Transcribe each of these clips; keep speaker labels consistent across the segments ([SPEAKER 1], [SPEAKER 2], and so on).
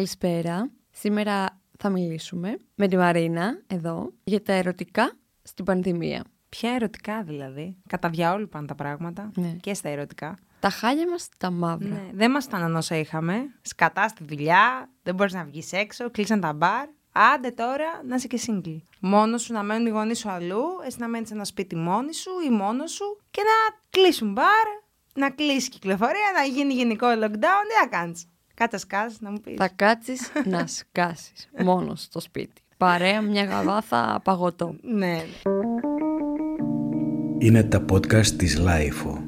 [SPEAKER 1] Καλησπέρα. Σήμερα θα μιλήσουμε με τη Μαρίνα εδώ για τα ερωτικά στην πανδημία.
[SPEAKER 2] Ποια ερωτικά δηλαδή. Κατά διαόλου πάνε τα πράγματα.
[SPEAKER 1] Ναι.
[SPEAKER 2] Και στα ερωτικά.
[SPEAKER 1] Τα χάλια μας τα μαύρα.
[SPEAKER 2] Ναι. Δεν μας ήταν όσα είχαμε. Σκατά στη δουλειά, δεν μπορείς να βγεις έξω, κλείσαν τα μπαρ. Άντε τώρα να είσαι και σύγκλι. Μόνος σου να μένουν οι γονείς σου αλλού, εσύ να μένεις σε ένα σπίτι μόνη σου ή μόνος σου και να κλείσουν μπαρ, να κλείσει η κυκλοφορία, να γίνει γενικό lockdown. Τι θα κάνεις. Κάτσε σκάς, να μου πεις.
[SPEAKER 1] Θα κάτσεις να σκάσεις μόνος στο σπίτι. Παρέα μια γαβάθα παγωτό.
[SPEAKER 2] Ναι.
[SPEAKER 3] Είναι τα podcast της Λάιφο.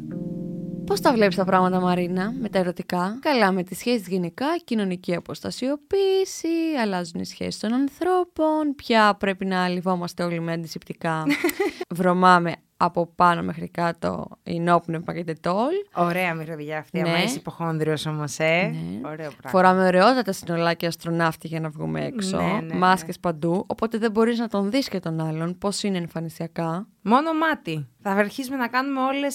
[SPEAKER 1] Πώς τα βλέπεις τα πράγματα Μαρίνα με τα ερωτικά. Καλά με τις σχέσεις γενικά, κοινωνική αποστασιοποίηση, αλλάζουν οι σχέσεις των ανθρώπων, πια πρέπει να λιβόμαστε όλοι με αντισηπτικά. Βρωμάμε από πάνω μέχρι κάτω ενόπνευμα και τετόλ.
[SPEAKER 2] Ωραία μυρωδιά αυτή.
[SPEAKER 1] Ναι.
[SPEAKER 2] Άμα είσαι υποχόνδριος όμως, ε.
[SPEAKER 1] Ναι.
[SPEAKER 2] Ωραίο πράγμα.
[SPEAKER 1] Φοράμε ωραιότατα συνολάκια αστροναύτη για να βγούμε έξω.
[SPEAKER 2] Ναι, ναι,
[SPEAKER 1] μάσκες παντού. Οπότε δεν μπορείς να τον δεις και τον άλλον πώς είναι εμφανισιακά.
[SPEAKER 2] Μόνο μάτι. Θα αρχίσουμε να κάνουμε όλες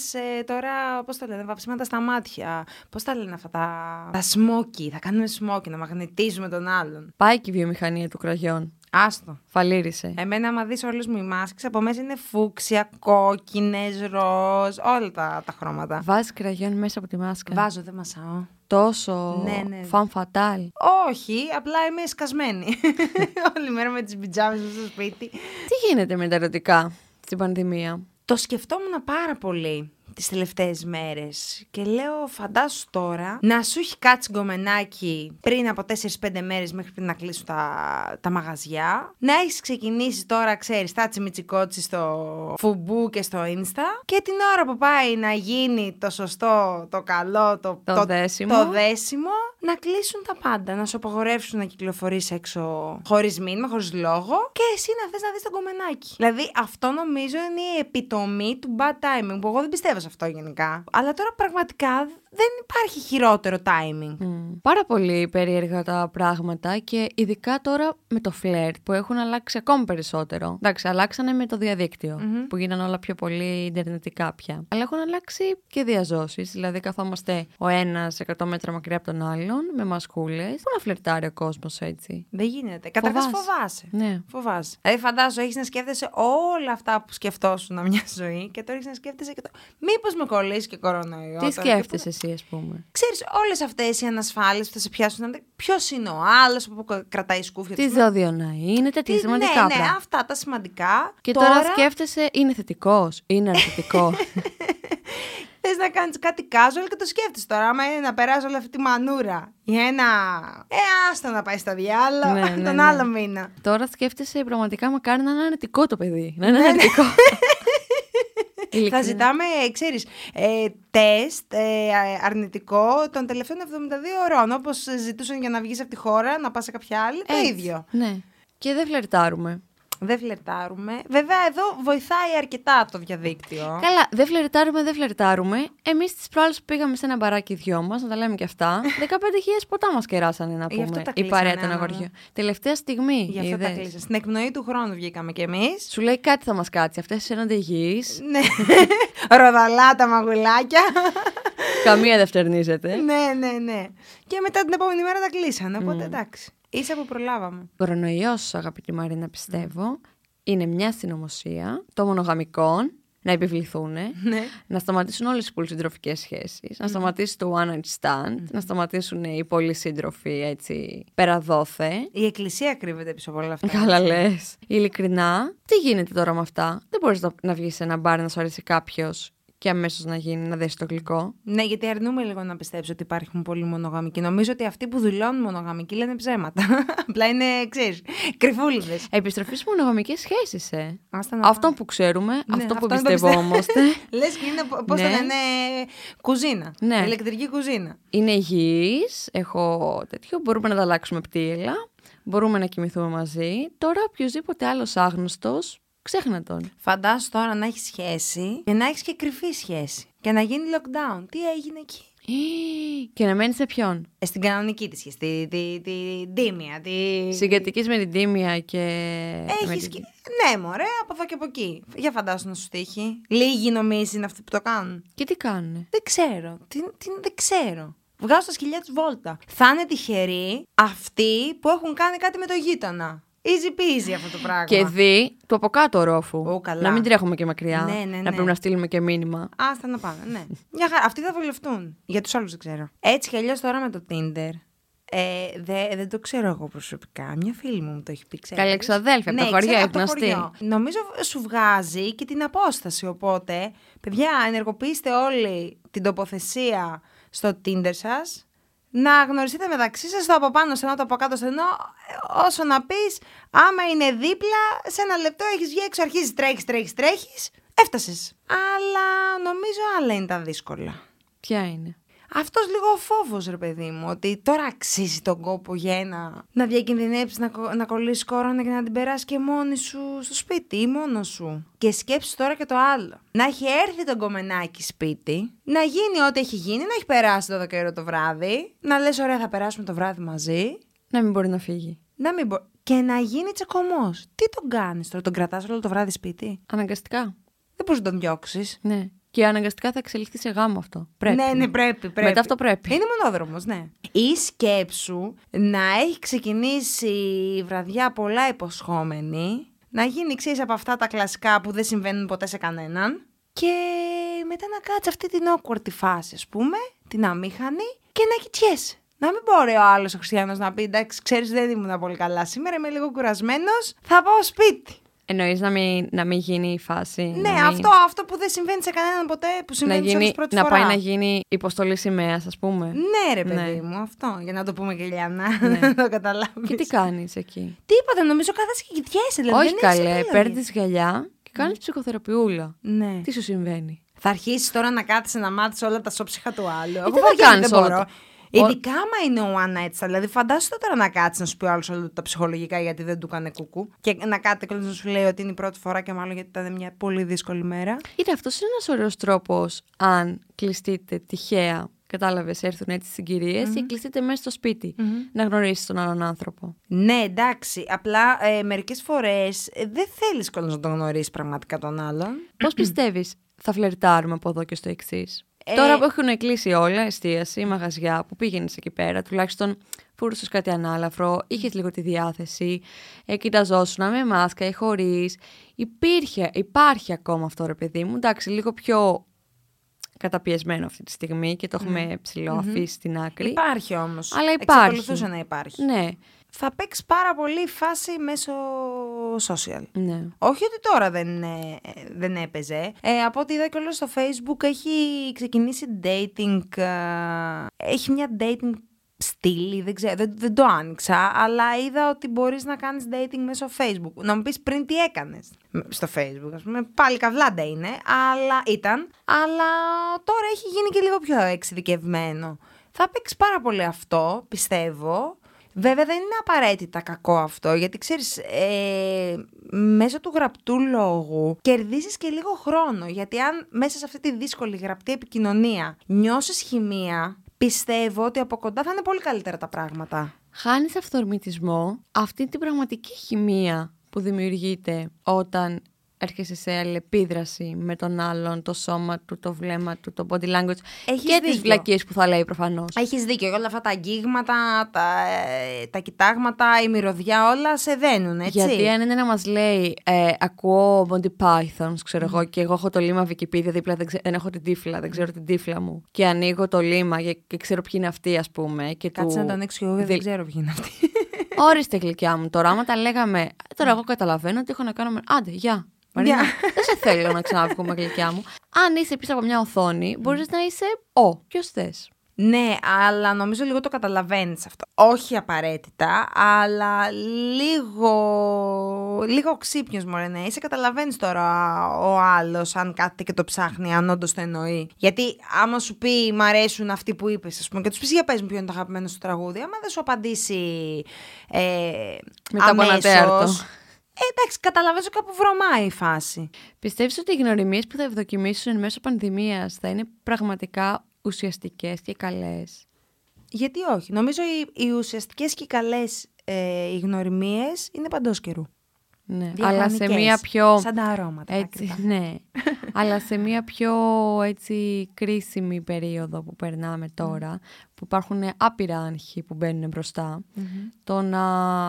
[SPEAKER 2] τώρα, πώς το λένε, βαψίματα στα μάτια. Πώς τα λένε αυτά τα. Τα smoky. Θα κάνουμε smoky, να μαγνητίζουμε τον άλλον.
[SPEAKER 1] Πάει και η βιομηχανία του κραγιών.
[SPEAKER 2] Άστο.
[SPEAKER 1] Φαλήρισε.
[SPEAKER 2] Εμένα, άμα δεις όλες μου οι μάσκες, από μέσα είναι φούξια, κόκκινες, ροζ, όλα τα, τα χρώματα.
[SPEAKER 1] Βάζεις κραγιόν μέσα από τη μάσκα.
[SPEAKER 2] Ε. Βάζω, δεν μασάω.
[SPEAKER 1] Τόσο
[SPEAKER 2] Ναι, ναι.
[SPEAKER 1] φαν φατάλ.
[SPEAKER 2] Όχι, απλά είμαι σκασμένη. Όλη μέρα με τις πιτζάμες μου στο σπίτι.
[SPEAKER 1] Τι γίνεται με τα ερωτικά στην πανδημία.
[SPEAKER 2] Το σκεφτόμουν πάρα πολύ τις τελευταίες μέρες και λέω φαντάσου τώρα να σου έχει κάτσει γκομενάκι πριν από 4-5 μέρες μέχρι πριν να κλείσουν τα, τα μαγαζιά να έχεις ξεκινήσει τώρα ξέρεις τα τσιμιτσικότσι στο φουμπού και στο insta και την ώρα που πάει να γίνει το σωστό, το καλό, το,
[SPEAKER 1] Το δέσιμο.
[SPEAKER 2] το δέσιμο να κλείσουν τα πάντα, να σου απαγορεύσουν να κυκλοφορείς έξω χωρίς μήνυμα, χωρίς λόγο και εσύ να θες να δεις τον κομμενάκι. Δηλαδή αυτό νομίζω είναι η επιτομή του bad timing που εγώ δεν πιστεύω σε αυτό γενικά. Αλλά τώρα πραγματικά δεν υπάρχει χειρότερο timing.
[SPEAKER 1] Μμμ. Πάρα πολύ περίεργα τα πράγματα και ειδικά τώρα με το φλερτ που έχουν αλλάξει ακόμη περισσότερο. Εντάξει, αλλάξανε με το διαδικτυο που γίναν όλα πιο πολύ ιντερνετικά πια. Αλλά έχουν αλλάξει και διαζώσεις. Δηλαδή, καθόμαστε ο ένας 100 μέτρα μακριά από τον άλλον με μασκούλες. Πού να φλερτάρει ο κόσμος έτσι.
[SPEAKER 2] Δεν γίνεται. Καταρχάς
[SPEAKER 1] Φοβάσαι.
[SPEAKER 2] φοβάσαι.
[SPEAKER 1] Ναι.
[SPEAKER 2] Φοβάσαι. Δηλαδή, φαντάζω, έχεις να σκέφτεσαι όλα αυτά που σκεφτόσουν μια ζωή και τώρα έχεις να σκέφτεσαι και το. Μήπως με κολλήσει και κορονοϊό.
[SPEAKER 1] Τι
[SPEAKER 2] τώρα και πού να-
[SPEAKER 1] σκέφτεσαι εσύ, ας πούμε.
[SPEAKER 2] Ξέρεις όλες αυτές οι ανασφάλειες που θα σε πιάσουν. Ποιος είναι ο άλλος που κρατάει σκούφια.
[SPEAKER 1] Τι
[SPEAKER 2] ας πούμε.
[SPEAKER 1] ζώδιο να είναι, τέτοια σημαντικά
[SPEAKER 2] ναι, ναι,
[SPEAKER 1] πράγματα.
[SPEAKER 2] αυτά τα σημαντικά.
[SPEAKER 1] Και τώρα, σκέφτεσαι, είναι θετικός, είναι αρνητικό.
[SPEAKER 2] θες να κάνεις κάτι casual και το σκέφτεσαι τώρα. Άμα είναι να περάσει όλη αυτή τη μανούρα για ένα... Ε, άστο να πάει στο διάλογο
[SPEAKER 1] Ναι, ναι,
[SPEAKER 2] τον
[SPEAKER 1] ναι.
[SPEAKER 2] άλλο μήνα.
[SPEAKER 1] Τώρα σκέφτεσαι πραγματικά μακάρι να είναι αρνητικό το παιδί. Να είναι
[SPEAKER 2] Ναι,
[SPEAKER 1] αρνητικό. Ειλικρινά.
[SPEAKER 2] Θα ζητάμε, ξέρεις, ε, τεστ ε, αρνητικό των τελευταίων 72 ωρών. Όπως ζητούσαν για να βγεις από τη χώρα, να πας σε κάποια άλλη, το
[SPEAKER 1] Έτσι,
[SPEAKER 2] ίδιο.
[SPEAKER 1] Ναι. Και δεν φλερτάρουμε.
[SPEAKER 2] Δεν φλερτάρουμε. Βέβαια, εδώ βοηθάει αρκετά το διαδίκτυο.
[SPEAKER 1] Καλά, δεν φλερτάρουμε, δεν φλερτάρουμε. Εμείς τις προάλλες που πήγαμε σε ένα μπαράκι δυο μας, να τα λέμε και αυτά. 15.000 ποτά μας κεράσανε να
[SPEAKER 2] Γι' αυτό
[SPEAKER 1] πούμε.
[SPEAKER 2] τα
[SPEAKER 1] Η
[SPEAKER 2] κλείσανε,
[SPEAKER 1] παρέα των
[SPEAKER 2] Άννα μου.
[SPEAKER 1] αγοριών. Τελευταία στιγμή.
[SPEAKER 2] Γι' αυτό τα
[SPEAKER 1] είδες.
[SPEAKER 2] κλείσαν. Στην εκπνοή του χρόνου βγήκαμε κι εμείς.
[SPEAKER 1] Σου λέει κάτι θα μας κάτσει. Αυτές φαίνονται υγιείς.
[SPEAKER 2] Ναι. Ροδαλά τα μαγουλάκια.
[SPEAKER 1] Καμία δεν φτερνίζεται.
[SPEAKER 2] ναι, ναι, ναι. Και μετά την επόμενη μέρα τα κλείσανε. Οπότε εντάξει. Ίσα που προλάβαμε.
[SPEAKER 1] Κορονοϊό, αγαπητή Μαρίνα, πιστεύω, είναι μια συνωμοσία των μονογαμικών να επιβληθούν,
[SPEAKER 2] Ναι.
[SPEAKER 1] να σταματήσουν όλες οι πολυσυντροφικές σχέσεις, να σταματήσει το one night stand, να σταματήσουν οι πολυσύντροφοι έτσι περαδόθε.
[SPEAKER 2] Η εκκλησία κρύβεται πίσω από όλα αυτά.
[SPEAKER 1] Καλά λες. Ειλικρινά, τι γίνεται τώρα με αυτά. Δεν μπορείς να, να βγεις σε ένα μπαρ να σου αρέσει κάποιος και αμέσως να γίνει να δέσει το γλυκό.
[SPEAKER 2] Ναι, γιατί αρνούμε λίγο να πιστέψω ότι υπάρχουν πολλοί μονογαμικοί. Νομίζω ότι αυτοί που δηλώνουν μονογαμικοί λένε ψέματα. Απλά είναι, ξέρεις, κρυφούλιδες.
[SPEAKER 1] Επιστροφής στις μονογαμικές σχέσεις, ε.
[SPEAKER 2] Αυτό
[SPEAKER 1] Αυτό που ξέρουμε,
[SPEAKER 2] Ναι,
[SPEAKER 1] αυτό που εμπιστευόμαστε.
[SPEAKER 2] Λες και είναι, πώς
[SPEAKER 1] Ναι.
[SPEAKER 2] το λένε, κουζίνα.
[SPEAKER 1] Ναι.
[SPEAKER 2] Ηλεκτρική κουζίνα.
[SPEAKER 1] Είναι υγιής, έχω τέτοιο, μπορούμε να τα αλλάξουμε πτήλα, μπορούμε να κοιμηθούμε μαζί. Τώρα οποιοδήποτε άλλος άγνωστος, ξέχνα τον.
[SPEAKER 2] Φαντάσου τώρα να έχεις σχέση και να έχεις και κρυφή σχέση. Και να γίνει lockdown. Τι έγινε εκεί.
[SPEAKER 1] Ή, Και να μένεις σε ποιον.
[SPEAKER 2] Ε, στην κανονική της σχέση. Την τη, τη, τίμια. Τη...
[SPEAKER 1] Συγκατοικείς με την τίμια και... με
[SPEAKER 2] Ε. Έχεις
[SPEAKER 1] την-
[SPEAKER 2] και... Ναι, μωρέ, από εδώ και από εκεί. Για φαντάσου να σου τύχει. Λίγοι νομίζεις είναι αυτοί που το κάνουν.
[SPEAKER 1] Και τι κάνουνε.
[SPEAKER 2] Δεν ξέρω. Τι, τι, δεν ξέρω. βγάζω τα σκυλιά τη βόλτα. Θα είναι τυχεροί αυτοί που έχουν κάνει κάτι με το γείτονα. Easy peasy αυτό το πράγμα.
[SPEAKER 1] Και δει το από κάτω ρόφου.
[SPEAKER 2] Ω, καλά.
[SPEAKER 1] Να μην τρέχουμε και μακριά.
[SPEAKER 2] Ναι, ναι, ναι.
[SPEAKER 1] Να πρέπει να στείλουμε και μήνυμα.
[SPEAKER 2] Άστα να πάμε, ναι. Μια χαρά. Αυτοί θα βολευτούν. Για τους άλλους δεν ξέρω. Έτσι κι αλλιώς τώρα με το Tinder. Ε, δε- δεν το ξέρω εγώ προσωπικά. Μια φίλη μου μου το έχει πει. ξέρεις.
[SPEAKER 1] Καλή ξαδέλφια, απ' τα
[SPEAKER 2] Ναι,
[SPEAKER 1] χωριά,
[SPEAKER 2] ξέρω,
[SPEAKER 1] η
[SPEAKER 2] απ' το
[SPEAKER 1] γνωστή.
[SPEAKER 2] χωριό. Νομίζω σου βγάζει και την απόσταση. Οπότε, παιδιά, ενεργοποιήστε όλοι την τοποθεσία στο Tinder σας. Να γνωριστείτε μεταξύ σας το από πάνω στενό, το από κάτω στενό. ε, Όσο να πεις, άμα είναι δίπλα, σε ένα λεπτό έχεις βγει έξω, αρχίζεις τρέχεις, τρέχεις, τρέχεις. Έφτασες. Αλλά νομίζω άλλα είναι τα δύσκολα.
[SPEAKER 1] Ποια είναι.
[SPEAKER 2] Αυτός λίγο φόβος, ρε παιδί μου, ότι τώρα αξίζει τον κόπο για ένα. Να διακινδυνεύσει, να, κο- να κολλήσεις κόρονα και να την περάσεις και μόνη σου στο σπίτι ή μόνος σου. Και σκέψεις τώρα και το άλλο. Να έχει έρθει τον κομμενάκι σπίτι, να γίνει ό,τι έχει γίνει, να έχει περάσει το καιρό το βράδυ, να λες: Ωραία, θα περάσουμε το βράδυ μαζί.
[SPEAKER 1] Να μην μπορεί να φύγει.
[SPEAKER 2] Να μην μπο- Και να γίνει τσεκωμός. Τι τον κάνεις τώρα, τον κρατάς όλο το βράδυ σπίτι.
[SPEAKER 1] Αναγκαστικά.
[SPEAKER 2] Δεν μπορείς να τον διώξεις.
[SPEAKER 1] Ναι. Και αναγκαστικά θα εξελιχθεί σε γάμο αυτό. Πρέπει.
[SPEAKER 2] Ναι, ναι, πρέπει, πρέπει.
[SPEAKER 1] Μετά αυτό πρέπει.
[SPEAKER 2] Είναι μονόδρομος, ναι. Ή σκέψου να έχει ξεκινήσει η βραδιά πολλά υποσχόμενη, να γίνει ξέρεις από αυτά τα κλασικά που δεν συμβαίνουν ποτέ σε κανέναν. Και μετά να κάτσει αυτή την awkward τη φάση, ας πούμε, την αμήχανη και να κοιτιέσαι. Να μην μπορεί ο άλλος ο Χριστιανός να πει: Εντάξει, ξέρεις, δεν ήμουν πολύ καλά σήμερα, είμαι λίγο κουρασμένος. Θα πάω σπίτι.
[SPEAKER 1] Εννοείς να μην, να μην γίνει η φάση.
[SPEAKER 2] Ναι, αυτό, αυτό που δεν συμβαίνει σε κανέναν ποτέ, που
[SPEAKER 1] Να,
[SPEAKER 2] συμβαίνει σε όλους
[SPEAKER 1] γίνει,
[SPEAKER 2] πρώτη
[SPEAKER 1] να
[SPEAKER 2] φορά.
[SPEAKER 1] πάει να γίνει υποστολή σημαίας, ας πούμε.
[SPEAKER 2] Ναι, ρε παιδί
[SPEAKER 1] Ναι.
[SPEAKER 2] μου, αυτό. Για να το πούμε και Λιάννα, να το καταλάβεις.
[SPEAKER 1] Και τι κάνεις εκεί.
[SPEAKER 2] Τίποτα, νομίζω καθάσαι και κοιτιέσαι. Δηλαδή,
[SPEAKER 1] Όχι
[SPEAKER 2] δεν έχεις
[SPEAKER 1] καλέ,
[SPEAKER 2] επιλογή.
[SPEAKER 1] παίρνεις γυαλιά και κάνεις ψυχοθεραπειούλα.
[SPEAKER 2] δηλαδή. Ναι.
[SPEAKER 1] Τι σου συμβαίνει.
[SPEAKER 2] Θα αρχίσεις τώρα να κάθεσαι να μάθεις όλα τα σώψυχα του άλλου. Εγώ
[SPEAKER 1] Ε, τι θα
[SPEAKER 2] βαριέμαι,
[SPEAKER 1] κάνεις
[SPEAKER 2] δεν
[SPEAKER 1] όλα
[SPEAKER 2] μπορώ.
[SPEAKER 1] τα-
[SPEAKER 2] Ειδικά άμα είναι ο one night stand. Δηλαδή, φαντάζεσαι τώρα να κάτσει να σου πει ο άλλο όλα τα ψυχολογικά γιατί δεν του έκανε κουκού. Και να κάτσει και να σου λέει ότι είναι η πρώτη φορά και μάλλον γιατί ήταν μια πολύ δύσκολη μέρα.
[SPEAKER 1] Είναι αυτός ένας ωραίος τρόπος αν κλειστείτε τυχαία. Κατάλαβες, έρθουν έτσι συγκυρίες και κλειστείτε μέσα στο σπιτι να γνωρίσεις τον άλλον άνθρωπο.
[SPEAKER 2] Ναι, εντάξει. Απλά ε, μερικές φορές δεν θέλεις κιόλας να τον γνωρίσεις πραγματικά τον άλλον.
[SPEAKER 1] Πώς πιστεύεις θα φλερτάρουμε από εδώ και στο εξής.
[SPEAKER 2] Ε,
[SPEAKER 1] Τώρα που έχουν κλείσει όλα, εστίαση, μαγαζιά, που πήγαινες εκεί πέρα, τουλάχιστον φορούσε κάτι ανάλαφρο, είχες λίγο τη διάθεση, ε, κοιταζόσουν με μάσκα ή χωρίς. Υπήρχε, υπάρχει ακόμα αυτό ρε παιδί μου. Εντάξει, λίγο πιο καταπιεσμένο αυτή τη στιγμή και το εχουμε ψηλό αφήσει στην άκρη.
[SPEAKER 2] Υπάρχει όμως.
[SPEAKER 1] Αλλά υπάρχει.
[SPEAKER 2] Εξακολουθούσε να υπάρχει.
[SPEAKER 1] Ναι,
[SPEAKER 2] θα παίξει πάρα πολύ η φάση μέσω social.
[SPEAKER 1] ναι.
[SPEAKER 2] Όχι ότι τώρα δεν, ε, δεν έπαιζε. Ε, από ό,τι είδα και στο facebook έχει ξεκινήσει dating. ε, έχει μια dating στήλη, δεν ξέρω, δεν, δεν το άνοιξα, αλλά είδα ότι μπορείς να κάνεις dating μέσω facebook. Να μου πεις πριν τι έκανες στο facebook, ας πούμε, πάλι καβλάντα είναι, αλλά ήταν, αλλά τώρα έχει γίνει και λίγο πιο εξειδικευμένο. Θα παίξεις πάρα πολύ αυτό, πιστεύω. Βέβαια δεν είναι απαραίτητα κακό αυτό, γιατί ξέρεις, ε, μέσω του γραπτού λόγου κερδίζεις και λίγο χρόνο, γιατί αν μέσα σε αυτή τη δύσκολη γραπτή επικοινωνία νιώσεις χημεία, πιστεύω ότι από κοντά θα είναι πολύ καλύτερα τα πράγματα.
[SPEAKER 1] Χάνεις αυθορμητισμό αυτή την πραγματική χημεία που δημιουργείται όταν έρχεσαι σε αλληλεπίδραση με τον άλλον, το σώμα του, το βλέμμα του, το body language
[SPEAKER 2] Έχεις
[SPEAKER 1] και τις
[SPEAKER 2] δίκιο.
[SPEAKER 1] βλακίες που θα λέει προφανώς.
[SPEAKER 2] Έχεις δίκιο, όλα αυτά τα αγγίγματα, τα, ε, τα κοιτάγματα, η μυρωδιά, όλα σε δένουν, έτσι.
[SPEAKER 1] Γιατί αν είναι να μας λέει ε, ακούω Monty Python, ξέρω εγώ, και εγώ έχω το λίμα Wikipedia δίπλα, δεν, ξε- δεν έχω την τύφλα, δεν ξέρω την τύφλα μου. Και ανοίγω το λίμα και, και ξέρω ποιοι είναι αυτοί, ας πούμε. Και
[SPEAKER 2] Κάτσε
[SPEAKER 1] του...
[SPEAKER 2] να το ανοίξω κι εγώ, γιατί
[SPEAKER 1] δι-
[SPEAKER 2] δεν ξέρω ποιοι είναι αυτοί.
[SPEAKER 1] Όριστε γλυκιά μου τώρα. Άμα τα λέγαμε. Τώρα εγώ καταλαβαίνω ότι έχω να κάνω. με- Άντε, γεια. Μαρίνα,
[SPEAKER 2] Γεια.
[SPEAKER 1] δεν σε θέλω να ξαναβγούμε γλυκιά μου. Αν είσαι πίσω από μια οθόνη, μπορείς να είσαι ο. Ποιος θες.
[SPEAKER 2] Ναι, αλλά νομίζω λίγο το καταλαβαίνεις αυτό. Όχι απαραίτητα, αλλά λίγο, λίγο ξύπνιος μωρέ να είσαι. Καταλαβαίνεις τώρα ο άλλος, αν κάθεται και το ψάχνει, αν όντως το εννοεί. Γιατί άμα σου πει Μ' αρέσουν αυτοί που είπες, ας πούμε, και τους πεις Για πες μου ποιο είναι το αγαπημένο σου τραγούδι, άμα δεν σου απαντήσει. Ε,
[SPEAKER 1] Μετά από ένα
[SPEAKER 2] αμέσως,
[SPEAKER 1] τέταρτο.
[SPEAKER 2] ε, εντάξει, καταλαβαίνω κάπου βρωμάει η φάση.
[SPEAKER 1] Πιστεύεις ότι οι γνωριμίες που θα ευδοκιμήσουν εν μέσω πανδημίας θα είναι πραγματικά ουσιαστικές και καλές.
[SPEAKER 2] Γιατί όχι. Νομίζω οι, οι ουσιαστικές και οι καλές ε, γνωριμίες είναι παντός καιρού.
[SPEAKER 1] Ναι. Αλλά
[SPEAKER 2] Διαχρονικές,
[SPEAKER 1] σε μία πιο.
[SPEAKER 2] Σαν τα αρώματα.
[SPEAKER 1] Έτσι,
[SPEAKER 2] Έτσι.
[SPEAKER 1] ναι. Αλλά σε μια πιο έτσι κρίσιμη περίοδο που περνάμε τώρα, που υπάρχουν άπειρα άγχη που μπαίνουν μπροστά, το να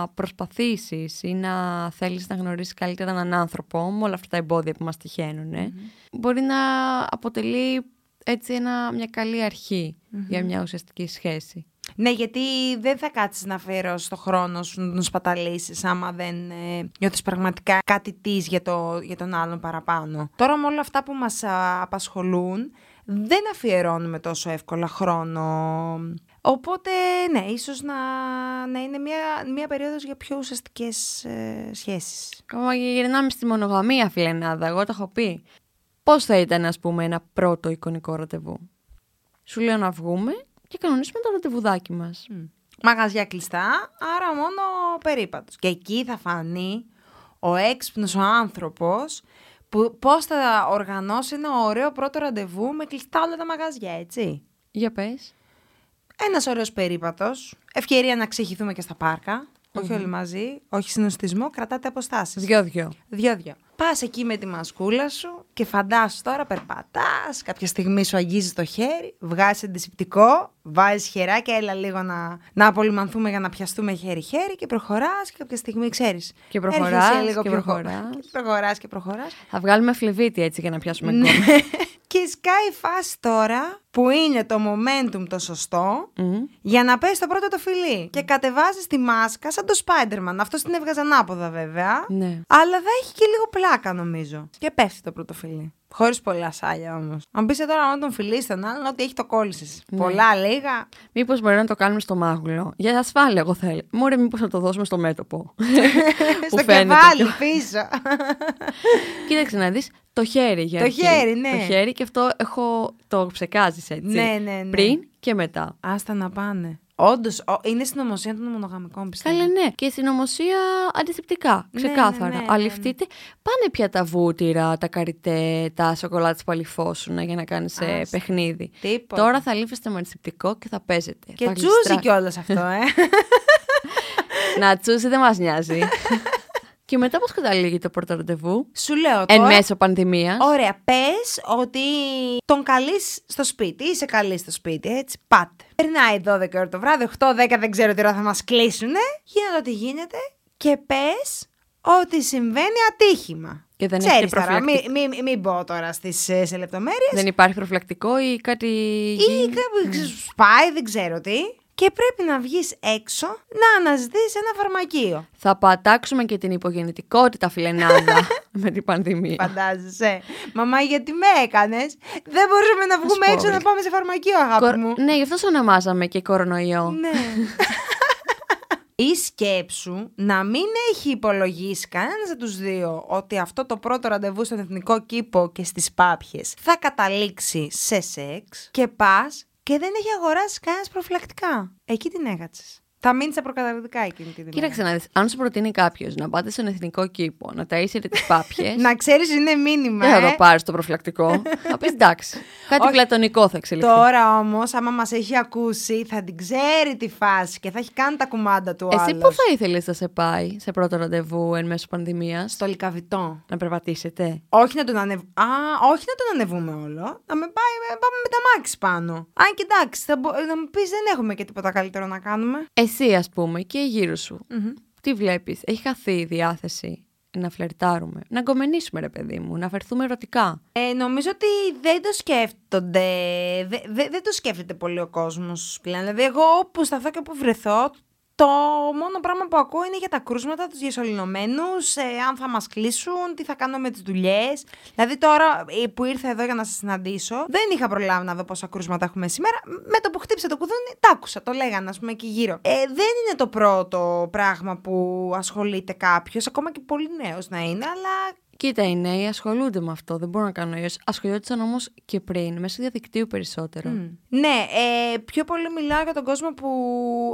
[SPEAKER 1] προσπαθήσεις ή να θέλεις να γνωρίσεις καλύτερα έναν άνθρωπο με όλα αυτά τα εμπόδια που μας τυχαινουν μπορεί να αποτελεί έτσι ένα, μια καλή αρχή για μια ουσιαστική σχέση.
[SPEAKER 2] Ναι, γιατί δεν θα κάτσεις να αφιερώσεις το χρόνο σου να τον σπαταλήσεις άμα δεν ε, νιώθεις πραγματικά κάτι της για, το, για τον άλλον παραπάνω. Τώρα με όλα αυτά που μας α, απασχολούν δεν αφιερώνουμε τόσο εύκολα χρόνο. Οπότε, ναι, ίσως να, να είναι μια, μια περίοδος για πιο ουσιαστικές ε, σχέσεις.
[SPEAKER 1] Ακόμα και γυρνάμε στη μονογαμία, φιλενάδα. Εγώ το έχω πει. Πώς θα ήταν, ας πούμε, ένα πρώτο εικονικό ραντεβού. Σου λέω να βγούμε και κανονίσουμε το ραντεβουδάκι μας.
[SPEAKER 2] Μαγαζιά κλειστά, άρα μόνο περίπατος. Και εκεί θα φανεί ο έξυπνος ο άνθρωπος που πώς θα οργανώσει ένα ωραίο πρώτο ραντεβού με κλειστά όλα τα μαγαζιά, έτσι.
[SPEAKER 1] Για πες.
[SPEAKER 2] Ένας ωραίος περίπατος, ευκαιρία να ξεχυθούμε και στα παρκα όχι όλοι μαζί, όχι συνοστισμό, κρατάτε αποστάσεις.
[SPEAKER 1] Δυο-δυο.
[SPEAKER 2] Δυο-δυο. Πας εκεί με τη μασκούλα σου και φαντάσου τώρα περπατάς. Κάποια στιγμή σου αγγίζει το χέρι, βγάζεις αντισηπτικό, βάζεις χεράκια, έλα λίγο να, να απολυμανθούμε για να πιαστούμε χέρι-χέρι και προχωράς και κάποια στιγμή ξέρεις.
[SPEAKER 1] Και προχωράς και προχωράς.
[SPEAKER 2] Προχωράς και προχωράς.
[SPEAKER 1] Θα βγάλουμε φλεβίτη έτσι για να πιάσουμε
[SPEAKER 2] Ναι.
[SPEAKER 1] γκολ.
[SPEAKER 2] και σκάει η φάση τώρα που είναι το momentum το σωστό
[SPEAKER 1] Μμμ.
[SPEAKER 2] για να πέσει το πρώτο το φιλί. Και κατεβάζει τη μάσκα σαν το Spider-Man. Αυτό την έβγαζε ανάποδα βέβαια.
[SPEAKER 1] Ναι.
[SPEAKER 2] Αλλά θα έχει και λίγο πλάκα νομίζω. Και πέφτει το πρώτο φιλί. Χωρίς πολλά σάλια όμως. Αν πεις τώρα να τον φιλήσει τον άλλον, ότι έχει το κόλλησες. Πολλά, λίγα.
[SPEAKER 1] Μήπως μπορεί να το κάνουμε στο μάγουλο. Για ασφάλεια, εγώ θέλω. Μωρέ, μήπως θα το δώσουμε στο μέτωπο.
[SPEAKER 2] Στο
[SPEAKER 1] φαίνεται
[SPEAKER 2] κεφάλι
[SPEAKER 1] κιόλας.
[SPEAKER 2] πίσω.
[SPEAKER 1] Κοίταξε να δεις το χέρι για
[SPEAKER 2] Το
[SPEAKER 1] αρχή.
[SPEAKER 2] χέρι, ναι.
[SPEAKER 1] Το χέρι και αυτό έχω... το ψεκάζεις έτσι.
[SPEAKER 2] Ναι, ναι, ναι.
[SPEAKER 1] Πριν και μετά.
[SPEAKER 2] Άστα να πάνε. Όντως, είναι συνωμοσία των μονογαμικών πιστεύω.
[SPEAKER 1] Καλά, ναι. Και συνωμοσία αντισηπτικά.
[SPEAKER 2] ναι,
[SPEAKER 1] Ξεκάθαρα.
[SPEAKER 2] ναι, ναι, ναι.
[SPEAKER 1] Αληφτείτε. Πάνε πια τα βούτυρα, τα καριτέ, τα σοκολάτε που αληφώσουν για να κάνεις
[SPEAKER 2] Άστα.
[SPEAKER 1] παιχνίδι.
[SPEAKER 2] Τίποτα.
[SPEAKER 1] Τώρα θα λύφεστε με αντισηπτικό και θα παίζετε.
[SPEAKER 2] Και
[SPEAKER 1] Θα
[SPEAKER 2] τσούζει
[SPEAKER 1] γλιστρά-
[SPEAKER 2] κιόλας αυτό, ε.
[SPEAKER 1] Να τσούζει δεν μας νοιάζει. και μετά πώς καταλήγει το πρώτο ραντεβού.
[SPEAKER 2] Σου λέω
[SPEAKER 1] Εν
[SPEAKER 2] τώρα.
[SPEAKER 1] μέσω πανδημίας.
[SPEAKER 2] Ωραία, πες ότι τον καλείς στο σπίτι, είσαι καλή στο σπίτι, έτσι. Πάτε. Περνάει 12 ώρα το βράδυ, 8-10 δεν ξέρω τι ώρα θα μας κλείσουνε. Γίνεται ό,τι γίνεται και πες ότι συμβαίνει ατύχημα.
[SPEAKER 1] Και δεν έχετε
[SPEAKER 2] Ξέρεις τώρα, μην
[SPEAKER 1] προφυλακτικό.
[SPEAKER 2] μη, μη μπω τώρα στις, ε, σε λεπτομέρειες.
[SPEAKER 1] Δεν Ναι. υπάρχει προφυλακτικό ή κάτι.
[SPEAKER 2] Ή κάπου σπάει, δεν ξέρω τι. Και πρέπει να βγεις έξω να αναζητήσεις ένα φαρμακείο.
[SPEAKER 1] Θα πατάξουμε και την υπογεννητικότητα, φιλενάδα, με την πανδημία.
[SPEAKER 2] Φαντάζεσαι. Μαμά, γιατί με έκανες. Δεν μπορούσαμε να βγούμε
[SPEAKER 1] πω,
[SPEAKER 2] έξω να
[SPEAKER 1] βρήκα.
[SPEAKER 2] πάμε σε φαρμακείο, αγάπη
[SPEAKER 1] Κορ-
[SPEAKER 2] μου.
[SPEAKER 1] Ναι, γι' αυτό σου ονομάζαμε και κορονοϊό.
[SPEAKER 2] Ναι. Ή σκέψου να μην έχει υπολογίσει κανένας από τους δύο ότι αυτό το πρώτο ραντεβού στον εθνικό κήπο και στις πάπιες θα καταλήξει σε σεξ και πας και δεν έχει αγοράσει κανένας προφυλακτικά. Εκεί την έγατσε. Θα μείνει στα προκαταρκτικά εκείνη την ημέρα.
[SPEAKER 1] Ναι. Κοίταξε να δεις, αν σου προτείνει κάποιος να πάτε στον εθνικό κήπο, να ταΐσετε τις πάπιες,
[SPEAKER 2] Να ξέρεις, είναι μήνυμα.
[SPEAKER 1] δεν θα
[SPEAKER 2] ε.
[SPEAKER 1] το πάρεις το προφυλακτικό, θα πεις εντάξει, κάτι
[SPEAKER 2] Όχι.
[SPEAKER 1] πλατωνικό θα εξελιχθεί.
[SPEAKER 2] Τώρα όμως, άμα μας έχει ακούσει, θα την ξέρει τη φάση και θα έχει κάνει τα κουμάντα του
[SPEAKER 1] Εσύ
[SPEAKER 2] άλλος.
[SPEAKER 1] πού θα ήθελες να σε πάει σε πρώτο ραντεβού εν μέσω πανδημίας,
[SPEAKER 2] Στο λικαβιτό.
[SPEAKER 1] να περπατήσετε.
[SPEAKER 2] Όχι να τον ανεβούμε. Α, όχι να τον ανεβούμε όλο. Να με πάει, να πάμε με τα μάξι πάνω. Αν και εντάξει, θα μπο- να μου πεις δεν έχουμε και τίποτα καλύτερο να κάνουμε.
[SPEAKER 1] Εσύ ας πούμε και γύρω σου, τι βλέπεις, έχει χαθεί η διάθεση να φλερτάρουμε, να γκομενίσουμε ρε παιδί μου, να φερθούμε ερωτικά.
[SPEAKER 2] Ε, νομίζω ότι δεν το σκέφτονται. δε- δε- δεν το σκέφτεται πολύ ο κόσμος πλέον. Δηλαδή, εγώ όπου σταθώ και όπου βρεθώ, το μόνο πράγμα που ακούω είναι για τα κρούσματα, τους διασωληνωμένου, ε, αν θα μας κλείσουν, τι θα κάνω με τις δουλειές. Δηλαδή, τώρα ε, που ήρθα εδώ για να σας συναντήσω, δεν είχα προλάβει να δω πόσα κρούσματα έχουμε σήμερα. Με το που χτύπησε το κουδούνι, τα άκουσα, το λέγανε, ας πούμε, εκεί γύρω. Ε, δεν είναι το πρώτο πράγμα που ασχολείται κάποιος, ακόμα και πολύ νέος να είναι, αλλά
[SPEAKER 1] Κοίτα, οι νέοι ασχολούνται με αυτό. Δεν μπορώ να κάνω αλλιώς. Ασχολιόντουσαν όμως και πριν, μέσω διαδικτύου περισσότερο.
[SPEAKER 2] Ναι, ε, πιο πολύ μιλάω για τον κόσμο που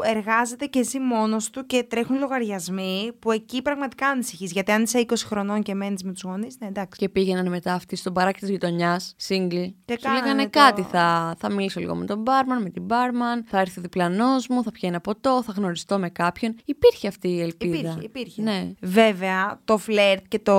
[SPEAKER 2] εργάζεται και ζει μόνος του και τρέχουν λογαριασμοί, που εκεί πραγματικά ανησυχείς. Γιατί αν είσαι 20 χρονών και μένεις με τους γονείς, ναι, εντάξει.
[SPEAKER 1] Και πήγαιναν μετά αυτοί στον παράκι της γειτονιάς, single.
[SPEAKER 2] Και
[SPEAKER 1] Σου
[SPEAKER 2] κάνανε
[SPEAKER 1] λέγανε
[SPEAKER 2] το-
[SPEAKER 1] κάτι. Θα, θα μιλήσω λίγο με τον μπάρμαν, με την μπάρμαν. Θα έρθει ο διπλανός μου, θα πιει ένα ποτό, θα γνωριστώ με κάποιον. Υπήρχε αυτή η ελπίδα.
[SPEAKER 2] Υπήρχε, υπήρχε.
[SPEAKER 1] Ναι.
[SPEAKER 2] Βέβαια, το φλερτ και το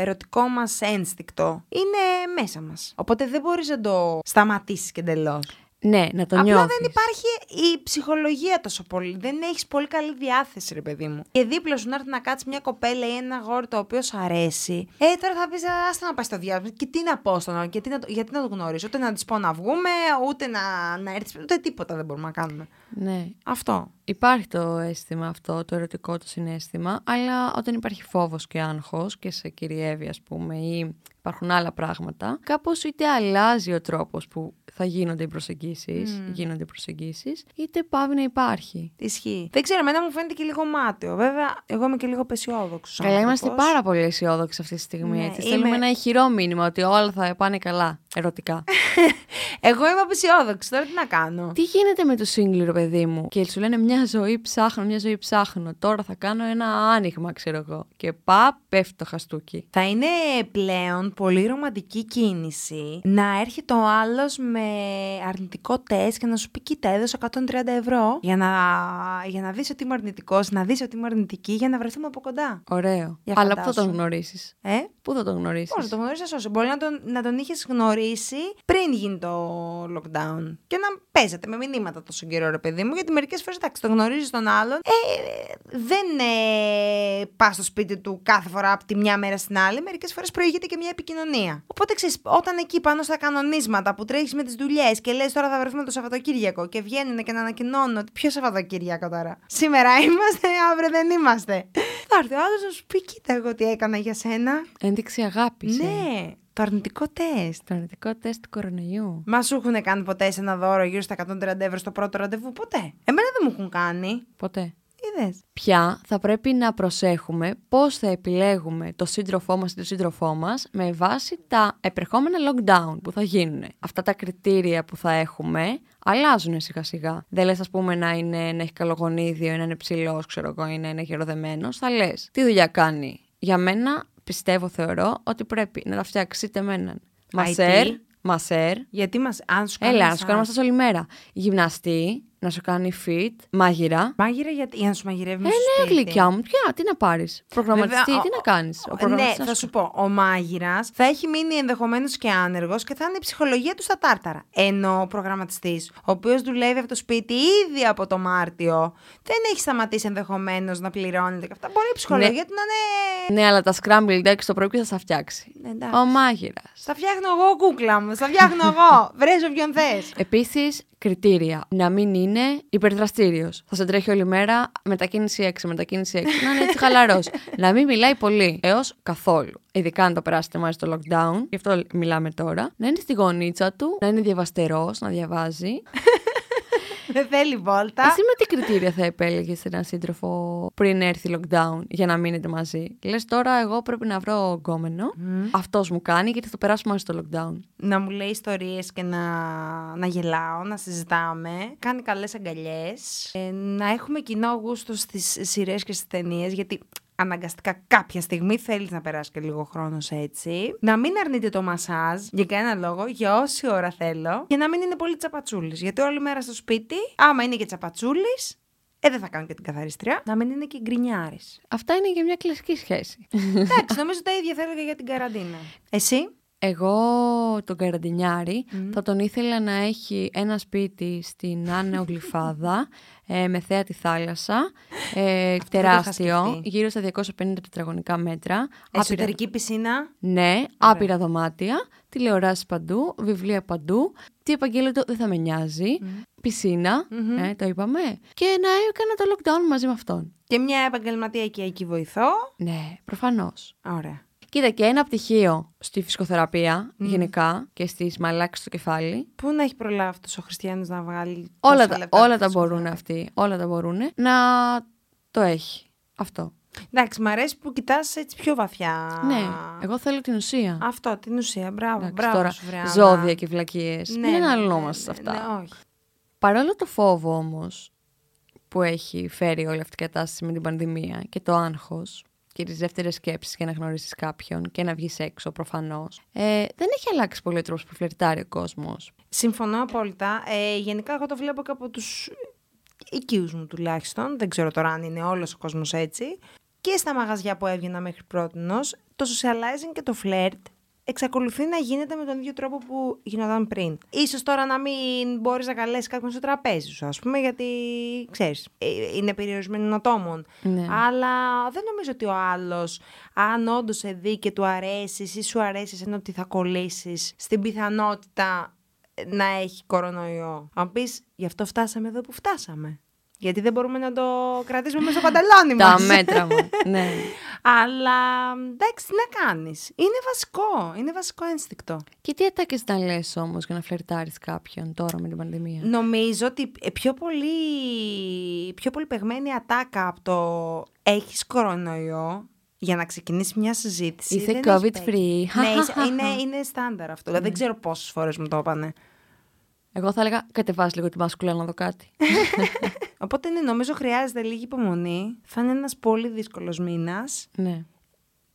[SPEAKER 2] ερωτικό μας ένστικτο είναι μέσα μας. Οπότε δεν μπορείς να το σταματήσεις και εντελώς.
[SPEAKER 1] Ναι, να το
[SPEAKER 2] Απλά
[SPEAKER 1] νιώθεις.
[SPEAKER 2] δεν υπάρχει η ψυχολογία τόσο πολύ. Δεν έχεις πολύ καλή διάθεση, ρε παιδί μου. Και δίπλα σου να έρθει να κάτσει μια κοπέλα ή ένα γόρι το οποίο σου αρέσει. Ε, τώρα θα πεις, άστα να πάει στο διάβημα. Και τι να πω στον άλλο, και τι να το- γιατί να το γνωρίσω. Ούτε να της πω να βγούμε, ούτε να, να έρθει. Ούτε τίποτα δεν μπορούμε να κάνουμε.
[SPEAKER 1] Ναι.
[SPEAKER 2] Αυτό.
[SPEAKER 1] Υπάρχει το αίσθημα αυτό, το ερωτικό το συνέστημα, αλλά όταν υπάρχει φόβος και άγχος και σε κυριεύει ας πούμε ή υπάρχουν άλλα πράγματα, κάπως είτε αλλάζει ο τρόπος που θα γίνονται οι προσεγγίσεις,
[SPEAKER 2] Mm.
[SPEAKER 1] γίνονται οι προσεγγίσεις, είτε πάβει να υπάρχει.
[SPEAKER 2] Ισχύει. Δεν ξέρω, εμένα μου φαίνεται και λίγο μάταιο. Βέβαια, εγώ είμαι και λίγο πεσιόδοξο.
[SPEAKER 1] Καλά, είμαστε πάρα πολύ αισιόδοξοι αυτή τη στιγμή.
[SPEAKER 2] Ναι,
[SPEAKER 1] έτσι.
[SPEAKER 2] είμαι-
[SPEAKER 1] Θέλουμε ένα ηχηρό μήνυμα ότι όλα θα πάνε καλά ερωτικά.
[SPEAKER 2] Εγώ είμαι απεσιόδοξη. Τώρα τι να κάνω.
[SPEAKER 1] Τι γίνεται με το single, ρε παιδί μου, και σου λένε μια ζωή ψάχνω, μια ζωή ψάχνω. Τώρα θα κάνω ένα άνοιγμα, ξέρω εγώ. Και πα, πέφτει το χαστούκι.
[SPEAKER 2] Θα είναι πλέον πολύ ρομαντική κίνηση να έρχεται ο άλλος με αρνητικό τεστ και να σου πει: Κοίτα, έδωσα 130 ευρώ για να, για να δεις ότι είμαι αρνητικός, να δεις ότι είμαι αρνητική, για να βρεθούμε από κοντά.
[SPEAKER 1] Ωραίο.
[SPEAKER 2] Για
[SPEAKER 1] Αλλά πού θα τον
[SPEAKER 2] φαντάσου.
[SPEAKER 1] γνωρίσεις.
[SPEAKER 2] Ε,
[SPEAKER 1] Πού θα τον γνωρίσεις.
[SPEAKER 2] μπορεί να τον γνωρίσεις όσο. Μπορεί να τον, να τον είχες γνωρίσει πριν γίνει το lockdown. Και να παίζετε με μηνύματα τόσο καιρό, ρε παιδί μου, γιατί μερικές φορές εντάξει, τον γνωρίζεις τον άλλον. Ε, δεν ε, πας στο σπίτι του κάθε φορά από τη μια μέρα στην άλλη. Μερικές φορές προηγείται και μια επικοινωνία. Οπότε ξέρεις, όταν εκεί πάνω στα κανονίσματα που τρέχεις με τις δουλειές και λες τώρα θα βρεθούμε το Σαββατοκύριακο και βγαίνουν και να ανακοινώνουν ότι ποιο Σαββατοκύριακο τώρα. Σήμερα είμαστε, αύριο δεν είμαστε. Θα έρθει ο άλλος να σου πει: Κοίτα, εγώ τι έκανα για σένα.
[SPEAKER 1] Ένδειξη αγάπης.
[SPEAKER 2] Ναι, το αρνητικό τεστ.
[SPEAKER 1] Το αρνητικό τεστ του κορονοϊού.
[SPEAKER 2] Μα σου έχουν κάνει ποτέ σε ένα δώρο γύρω στα 130 ευρώ στο πρώτο ραντεβού, ποτέ. Εμένα δεν μου έχουν κάνει.
[SPEAKER 1] Ποτέ.
[SPEAKER 2] Είδε.
[SPEAKER 1] Πια θα πρέπει να προσέχουμε πώς θα επιλέγουμε το σύντροφό μας ή το σύντροφό μας με βάση τα επερχόμενα lockdown που θα γίνουν. Αυτά τα κριτήρια που θα έχουμε αλλάζουν σιγά σιγά. Δεν λες, ας πούμε, να, είναι, να έχει καλό γονίδιο ή να είναι ψηλός, ξέρω εγώ, ή να είναι γεροδεμένος. Θα λες, τι δουλειά κάνει. Για μένα πιστεύω, θεωρώ ότι πρέπει να τα φτιάξετε με έναν μασέρ, μασέρ,
[SPEAKER 2] Γιατί μας. Αν σου κάνει.
[SPEAKER 1] Έλα, να σου κάνω μασάζ όλη μέρα. Γυμναστή, να σου κάνει fit, μαγειρά.
[SPEAKER 2] Μάγειρα γιατί. Για να σου μαγειρεύει.
[SPEAKER 1] Ε,
[SPEAKER 2] μέσα στο
[SPEAKER 1] ναι,
[SPEAKER 2] σπίτι.
[SPEAKER 1] γλυκιά μου, πια, τι να πάρεις. Προγραμματιστή,
[SPEAKER 2] Βέβαια,
[SPEAKER 1] τι
[SPEAKER 2] ο-
[SPEAKER 1] να κάνεις.
[SPEAKER 2] ο- Ναι, θα σου πω. Ο μάγειρας θα έχει μείνει ενδεχομένως και άνεργος και θα είναι η ψυχολογία του στα τάρταρα. Ενώ ο προγραμματιστής, ο οποίος δουλεύει από το σπίτι ήδη από το Μάρτιο, δεν έχει σταματήσει ενδεχομένως να πληρώνεται και αυτά. Μπορεί η ψυχολογία του να είναι.
[SPEAKER 1] Ναι, αλλά τα scrambled eggs το πρωί ποιος θα τα φτιάξει.
[SPEAKER 2] Ναι, εντάξει.
[SPEAKER 1] Ο μάγειρας.
[SPEAKER 2] Στα φτιάχνω εγώ, κούκλα μου. Στα φτιάχνω εγώ. Βρες όποιον θες.
[SPEAKER 1] Επίσης, κριτήρια. Να μην είναι υπερδραστήριος. Θα σε τρέχει όλη μέρα μετακίνηση 6, μετακίνηση 6. Να είναι έτσι χαλαρός. να μην μιλάει πολύ έως καθόλου. Ειδικά αν το περάσετε μαζί στο lockdown, γι' αυτό μιλάμε τώρα. Να είναι στη γωνίτσα του, να είναι διαβαστερός, να διαβάζει.
[SPEAKER 2] Δεν θέλει βόλτα.
[SPEAKER 1] Εσύ με τι κριτήρια θα επέλεγες έναν σύντροφο πριν έρθει lockdown για να μείνετε μαζί. Λες τώρα, εγώ πρέπει να βρω γκόμενο. Αυτός μου κάνει γιατί θα το περάσουμε μαζί στο lockdown.
[SPEAKER 2] Να μου λέει ιστορίες και να, να γελάω, να συζητάμε. Κάνει καλές αγκαλιές. Ε, να έχουμε κοινό γούστο στις σειρές και στις ταινίες, γιατί αναγκαστικά κάποια στιγμή θέλεις να περάσει και λίγο χρόνος έτσι. Να μην αρνείται το μασάζ για κανένα λόγο, για όση ώρα θέλω. Και να μην είναι πολύ τσαπατσούλης, γιατί όλη μέρα στο σπίτι, άμα είναι και τσαπατσούλης, ε, δεν θα κάνω και την καθαρίστρια. Να μην είναι και γκρινιάρης.
[SPEAKER 1] Αυτά είναι για μια κλασική σχέση.
[SPEAKER 2] Εντάξει, νομίζω τα ίδια θέλω και για την καραντίνα. Εσύ.
[SPEAKER 1] Εγώ τον Καραντινιάρη θα τον ήθελα να έχει ένα σπίτι στην Άννα Γλυφάδα ε, με θέα τη θάλασσα, ε,
[SPEAKER 2] το είχα
[SPEAKER 1] τεράστιο,
[SPEAKER 2] σκεφτεί. Ε,
[SPEAKER 1] γύρω στα 250 τετραγωνικά μέτρα. άπειρα-
[SPEAKER 2] Εσωτερική πισίνα.
[SPEAKER 1] Ναι, άπειρα δωμάτια, τηλεοράσεις παντού, βιβλία παντού. Τι επαγγέλλεται δεν θα με νοιάζει. πισινα ε, το είπαμε. Και να έκανα το lockdown μαζί με αυτόν.
[SPEAKER 2] Και μια επαγγελματία οικιακή βοηθό.
[SPEAKER 1] Ναι, προφανώς.
[SPEAKER 2] Ωραία.
[SPEAKER 1] Κοίτα, και ένα πτυχίο στη φυσκοθεραπεία γενικά και στι μαλάξει στο κεφάλι.
[SPEAKER 2] Πού να έχει προλάβει αυτός ο Χριστιανός να βγάλει.
[SPEAKER 1] Όλα
[SPEAKER 2] τόσα
[SPEAKER 1] τα,
[SPEAKER 2] λεπτά
[SPEAKER 1] όλα τα
[SPEAKER 2] της
[SPEAKER 1] μπορούν αυτοί. Όλα τα μπορούν να το έχει. Αυτό.
[SPEAKER 2] Εντάξει, μ' αρέσει που κοιτάς έτσι πιο βαθιά.
[SPEAKER 1] Ναι, εγώ θέλω την ουσία.
[SPEAKER 2] Αυτό, την ουσία. Μπράβο,
[SPEAKER 1] Εντάξει,
[SPEAKER 2] μπράβο
[SPEAKER 1] τώρα,
[SPEAKER 2] σου, Βρεάνα.
[SPEAKER 1] ζώδια και βλακίε.
[SPEAKER 2] Ναι,
[SPEAKER 1] Μην
[SPEAKER 2] ναι, ναι,
[SPEAKER 1] αναλωνόμαστε
[SPEAKER 2] ναι,
[SPEAKER 1] σε αυτά.
[SPEAKER 2] Ναι, όχι.
[SPEAKER 1] Παρόλο το φόβο όμως που έχει φέρει όλη αυτή η κατάσταση με την πανδημία και το άγχος και τις δεύτερες σκέψεις για να γνωρίσεις κάποιον και να βγεις έξω προφανώς, ε, δεν έχει αλλάξει πολύ ο τρόπος που φλερτάρει ο κόσμος.
[SPEAKER 2] Συμφωνώ απόλυτα. Ε, γενικά, εγώ το βλέπω και από τους οικείου μου τουλάχιστον. Δεν ξέρω τώρα αν είναι όλος ο κόσμος έτσι. Και στα μαγαζιά που έβγαινα μέχρι πρότινος, το socializing και το flirt εξακολουθεί να γίνεται με τον ίδιο τρόπο που γινόταν πριν. Ίσως τώρα να μην μπορείς να καλέσεις κάποιον στο τραπέζι σου, ας πούμε, γιατί, ξέρεις, ε, είναι περιορισμένων ατόμων.
[SPEAKER 1] Ναι.
[SPEAKER 2] Αλλά δεν νομίζω ότι ο άλλος, αν όντως σε δει και του αρέσεις ή σου αρέσει ενώ ότι θα κολλήσεις στην πιθανότητα να έχει κορονοϊό. Αν πεις, γι' αυτό φτάσαμε εδώ που φτάσαμε. Γιατί δεν μπορούμε να το κρατήσουμε μέσα στο παντελόνι μα.
[SPEAKER 1] Τα μέτρα μου. ναι.
[SPEAKER 2] Αλλά εντάξει, τι να κάνεις. Είναι βασικό. Είναι βασικό ένστικτο.
[SPEAKER 1] Και τι ατάκες να λες όμως για να φλερτάρεις κάποιον τώρα με την πανδημία.
[SPEAKER 2] Νομίζω ότι ε, πιο πολύ, πιο πολύ παιγμένη ατάκα από το έχεις κορονοϊό για να ξεκινήσεις μια συζήτηση.
[SPEAKER 1] Είσαι
[SPEAKER 2] δεν
[SPEAKER 1] COVID
[SPEAKER 2] έχει παίξει.
[SPEAKER 1] free. Ναι.
[SPEAKER 2] ναι, είσαι- είναι, είναι στάνταρ αυτό. Δηλαδή, Δεν ξέρω πόσες φορές μου το έπανε.
[SPEAKER 1] Εγώ θα έλεγα κατεβάς λίγο τη μάσκουλα να δω κάτι.
[SPEAKER 2] Οπότε ναι, νομίζω χρειάζεται λίγη υπομονή. Θα είναι ένας πολύ δύσκολος μήνας.
[SPEAKER 1] ναι.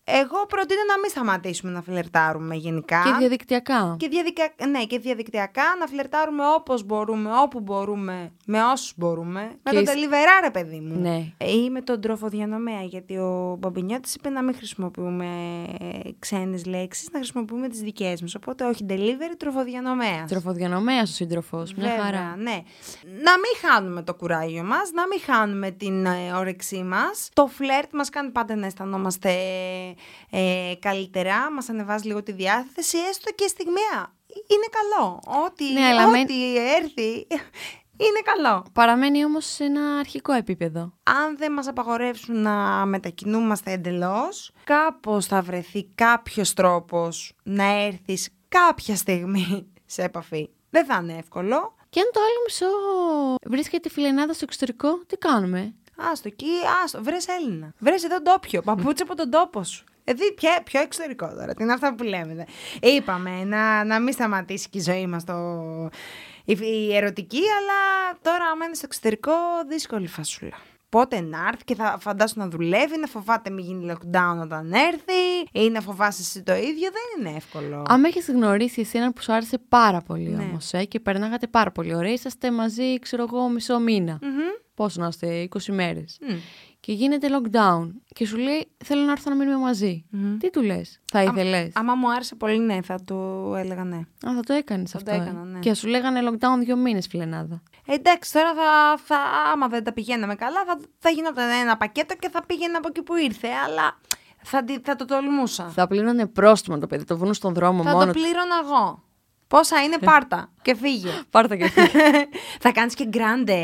[SPEAKER 2] Εγώ προτείνω να μην σταματήσουμε να φλερτάρουμε γενικά.
[SPEAKER 1] Και διαδικτυακά.
[SPEAKER 2] Και διαδικα... Ναι, και διαδικτυακά να φλερτάρουμε όπως μπορούμε, όπου μπορούμε, με όσους μπορούμε. Με
[SPEAKER 1] Και
[SPEAKER 2] τον
[SPEAKER 1] εις-
[SPEAKER 2] τελιβερά, ρε παιδί μου.
[SPEAKER 1] Ναι.
[SPEAKER 2] Ή με τον τροφοδιανομέα, γιατί ο Μπομπινιώτης είπε να μην χρησιμοποιούμε ε, ξένες λέξεις, να χρησιμοποιούμε τις δικές μας. Οπότε όχι delivery, τροφοδιανομέας.
[SPEAKER 1] Τροφοδιανομέας ο σύντροφος. Μια
[SPEAKER 2] Βέβαια,
[SPEAKER 1] χαρά.
[SPEAKER 2] Ναι. Να μην χάνουμε το κουράγιο μας, να μην χάνουμε την ε, όρεξή μας. Το φλερτ μας κάνει πάντα να αισθανόμαστε ε, καλύτερα, μας ανεβάζει λίγο τη διάθεση, έστω και στιγμιαία. Είναι καλό. Ό,τι,
[SPEAKER 1] Ναι, αλλά με-
[SPEAKER 2] ό,τι έρθει ε, είναι καλό.
[SPEAKER 1] Παραμένει όμως σε ένα αρχικό επίπεδο.
[SPEAKER 2] Αν δεν μας απαγορεύσουν να μετακινούμαστε εντελώς, κάπως θα βρεθεί κάποιος τρόπος να έρθεις κάποια στιγμή σε επαφή. Δεν θα είναι εύκολο,
[SPEAKER 1] Και αν το άλλο μισό βρίσκεται η φιλενάδα στο εξωτερικό, τι κάνουμε.
[SPEAKER 2] Άστο εκεί, άστο. Βρες Έλληνα. Βρες εδώ ντόπιο. Παπούτσι από τον τόπο σου. Ε, δι, ποιο, ποιο εξωτερικό τώρα, τι είναι αυτά που λέμε. δε. Είπαμε να, να μην σταματήσει και η ζωή μας η, η ερωτική, αλλά τώρα άμα είναι στο εξωτερικό, δύσκολη φασούλα. Πότε να έρθει και θα φαντάσου να δουλεύει, να φοβάται μην γίνει lockdown όταν έρθει ή να φοβάσαι εσύ το ίδιο, δεν είναι εύκολο.
[SPEAKER 1] Αν με έχεις γνωρίσει εσύ έναν που σου άρεσε πάρα πολύ
[SPEAKER 2] Ναι.
[SPEAKER 1] όμως ε, και περνάγατε πάρα πολύ ωραία, είσαστε μαζί, ξέρω εγώ, μισό μήνα. Πόσο να είστε, 20 μέρε.
[SPEAKER 2] Μμμ.
[SPEAKER 1] Και γίνεται lockdown και σου λέει: Θέλω να έρθω να μείνουμε μαζί». Τι του λες, θα ήθελες.
[SPEAKER 2] Άμα μου άρεσε πολύ, ναι, θα του έλεγα ναι.
[SPEAKER 1] Α, θα το έκανες αυτό.
[SPEAKER 2] Θα το
[SPEAKER 1] ε.
[SPEAKER 2] έκανα, ναι.
[SPEAKER 1] Και σου λέγανε lockdown δύο μήνες, φιλενάδα.
[SPEAKER 2] Εντάξει, τώρα θα, θα, άμα δεν τα πηγαίναμε καλά, θα, θα γινόταν ένα πακέτο και θα πήγαινε από εκεί που ήρθε. Αλλά θα, τη- θα το τολμούσα.
[SPEAKER 1] Θα πλήρωνε πρόστιμο το παιδί, το βουνού στον δρόμο
[SPEAKER 2] θα
[SPEAKER 1] μόνο. Ε.
[SPEAKER 2] το
[SPEAKER 1] του.
[SPEAKER 2] πλήρωνα εγώ. Πόσα είναι, πάρτα και φύγε.
[SPEAKER 1] Πάρτα και εσύ.
[SPEAKER 2] θα κάνεις και γκράντε,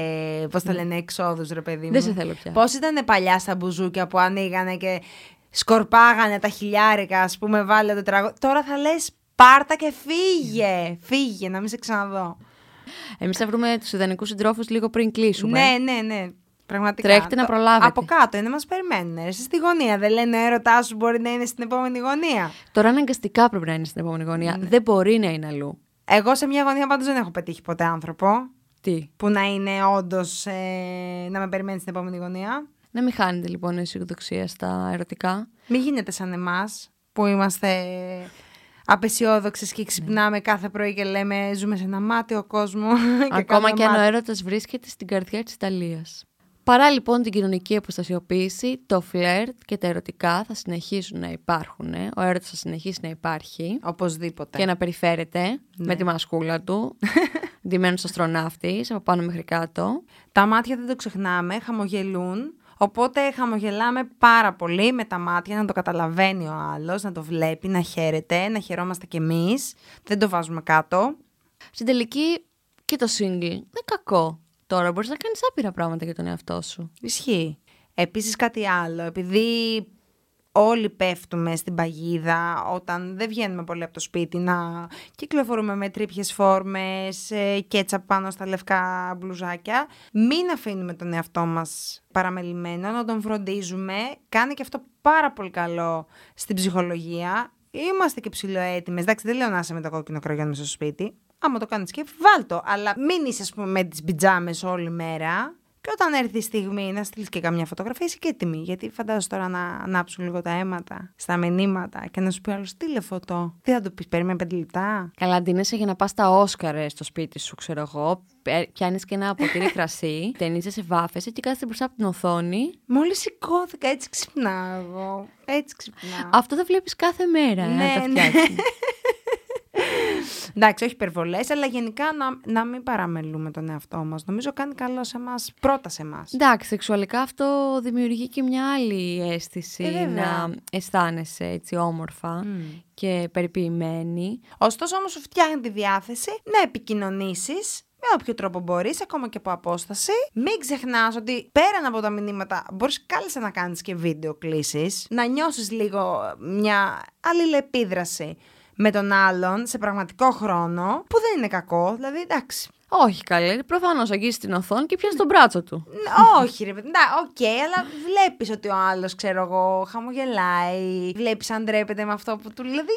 [SPEAKER 2] πώ το λένε, εξόδους, ρε παιδί μου.
[SPEAKER 1] Ναι. Δεν σε θέλω πια.
[SPEAKER 2] Πώς ήταν παλιά στα μπουζούκια που ανοίγανε και σκορπάγανε τα χιλιάρικα, ας πούμε, βάλε το τραγούδι. Τώρα θα λες πάρτα και
[SPEAKER 1] Ναι.
[SPEAKER 2] φύγε. Φύγε, να μην σε ξαναδώ.
[SPEAKER 1] Εμείς θα βρούμε τους ιδανικούς συντρόφους λίγο πριν κλείσουμε.
[SPEAKER 2] Ναι, ναι, ναι. Πραγματικά.
[SPEAKER 1] Τρέχτε να
[SPEAKER 2] Το-
[SPEAKER 1] προλάβετε.
[SPEAKER 2] Από κάτω είναι, μας περιμένουν. Εσύ στη γωνία. Δεν λένε ο έρωτά σου μπορεί να είναι στην επόμενη γωνία.
[SPEAKER 1] Τώρα αναγκαστικά πρέπει να είναι στην επόμενη γωνία.
[SPEAKER 2] Ναι.
[SPEAKER 1] Δεν μπορεί να είναι αλλού.
[SPEAKER 2] Εγώ σε μια γωνία πάντως δεν έχω πετύχει ποτέ άνθρωπο
[SPEAKER 1] Τι.
[SPEAKER 2] που να είναι όντως να με περιμένει στην επόμενη γωνία.
[SPEAKER 1] Να μην χάνετε λοιπόν η αισιοδοξία στα ερωτικά.
[SPEAKER 2] Μην γίνεται σαν εμάς που είμαστε απεσιόδοξες και ξυπνάμε
[SPEAKER 1] Ναι.
[SPEAKER 2] κάθε πρωί και λέμε ζούμε σε ένα μάτιο κόσμος. και
[SPEAKER 1] Ακόμα
[SPEAKER 2] κάνουμε
[SPEAKER 1] και αν ο
[SPEAKER 2] μάτια.
[SPEAKER 1] έρωτας βρίσκεται στην καρδιά της Ιταλίας. Παρά λοιπόν την κοινωνική αποστασιοποίηση, το φλερτ και τα ερωτικά θα συνεχίσουν να υπάρχουν. ε. Ο έρωτας θα συνεχίσει να υπάρχει
[SPEAKER 2] Οπωσδήποτε.
[SPEAKER 1] και να περιφέρεται
[SPEAKER 2] Ναι.
[SPEAKER 1] με τη μασκούλα του, ντυμένος αστροναύτης από πάνω μέχρι κάτω.
[SPEAKER 2] Τα μάτια δεν το ξεχνάμε, χαμογελούν. Οπότε χαμογελάμε πάρα πολύ με τα μάτια, να το καταλαβαίνει ο άλλος, να το βλέπει, να χαίρεται, να χαιρόμαστε κι εμείς. Δεν το βάζουμε κάτω.
[SPEAKER 1] Στην τελική και το single. Δεν κακό. Τώρα μπορείς να κάνεις άπειρα πράγματα για τον εαυτό σου.
[SPEAKER 2] Ισχύει. Επίσης κάτι άλλο, επειδή όλοι πέφτουμε στην παγίδα όταν δεν βγαίνουμε πολύ από το σπίτι να κυκλοφορούμε με τρίπιες φόρμες, ε, κέτσα πάνω στα λευκά μπλουζάκια. Μην αφήνουμε τον εαυτό μας παραμελημένο, να τον φροντίζουμε. Κάνει και αυτό πάρα πολύ καλό στην ψυχολογία. Είμαστε και ψηλοέτοιμες. Εντάξει, δεν λέω να είσαι με το κόκκινο κραγιόν μέσα στο σπίτι. Άμα το κάνεις και βάλτο, αλλά μην είσαι ας πούμε, με τις πιτζάμες όλη μέρα. Και όταν έρθει η στιγμή να στείλεις και καμιά φωτογραφία, είσαι και έτοιμη. Γιατί φαντάζεσαι τώρα να ανάψουν λίγο τα αίματα στα μηνύματα και να σου πει άλλος στείλε φωτό. Τι θα του πεις, περιμένει πέντε λεπτά.
[SPEAKER 1] Καλά, αντίνεσαι για να πας τα Όσκαρε ε, στο σπίτι σου, ξέρω εγώ. Πιάνεις και ένα ποτήρι κρασί, ταινίζεσαι, βάφεσαι και κάθεσαι μπροστά από την οθόνη.
[SPEAKER 2] Μόλις σηκώθηκα, έτσι ξυπνάω εγώ. Έτσι ξυπνάω.
[SPEAKER 1] Αυτό το βλέπεις κάθε μέρα. ε,
[SPEAKER 2] Ναι,
[SPEAKER 1] να τα
[SPEAKER 2] ναι.
[SPEAKER 1] φτιάξει.
[SPEAKER 2] Εντάξει, όχι υπερβολές, αλλά γενικά να, να μην παραμελούμε τον εαυτό μας. Νομίζω κάνει καλό σε εμάς, πρώτα σε εμάς.
[SPEAKER 1] Εντάξει, σεξουαλικά αυτό δημιουργεί και μια άλλη αίσθηση
[SPEAKER 2] Ε, βέβαια.
[SPEAKER 1] να αισθάνεσαι έτσι όμορφα και περιποιημένη.
[SPEAKER 2] Ωστόσο, όμως, σου φτιάχνει τη διάθεση να επικοινωνήσεις με όποιο τρόπο μπορείς, ακόμα και από απόσταση. Μην ξεχνάς ότι πέραν από τα μηνύματα, μπορείς κάλλιστα να κάνεις και βίντεο κλήσεις, να νιώσεις λίγο μια αλληλεπίδραση με τον άλλον σε πραγματικό χρόνο, που δεν είναι κακό. Δηλαδή, εντάξει.
[SPEAKER 1] Όχι καλέ, προφανώς αγγίζει την οθόνη και πιάνεις τον μπράτσο του.
[SPEAKER 2] Ν- Όχι, ρε παιδί. Ντά, οκ, αλλά βλέπεις ότι ο άλλος, ξέρω εγώ, χαμογελάει. Βλέπεις αν ντρέπεται με αυτό που του. Δηλαδή,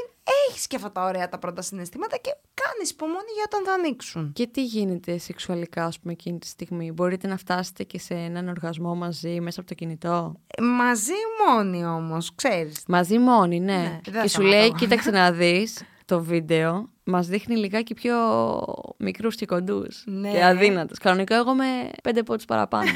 [SPEAKER 2] έχεις και αυτά τα ωραία τα πρώτα συναισθήματα και κάνεις υπομονή για όταν θα ανοίξουν.
[SPEAKER 1] Και τι γίνεται σεξουαλικά, ας πούμε, εκείνη τη στιγμή. Μπορείτε να φτάσετε και σε έναν οργασμό μαζί μέσα από το κινητό.
[SPEAKER 2] Ε, Μαζί μόνοι όμως, ξέρεις.
[SPEAKER 1] Μαζί μόνοι, ναι.
[SPEAKER 2] Ναι, δεν
[SPEAKER 1] και
[SPEAKER 2] θα
[SPEAKER 1] σου λέει,
[SPEAKER 2] σταματώ.
[SPEAKER 1] κοίταξε να δεις το βίντεο. Μας δείχνει λιγάκι πιο μικρούς και κοντούς.
[SPEAKER 2] Ναι.
[SPEAKER 1] Και αδύνατους. Κανονικά, εγώ με πέντε πόντους παραπάνω.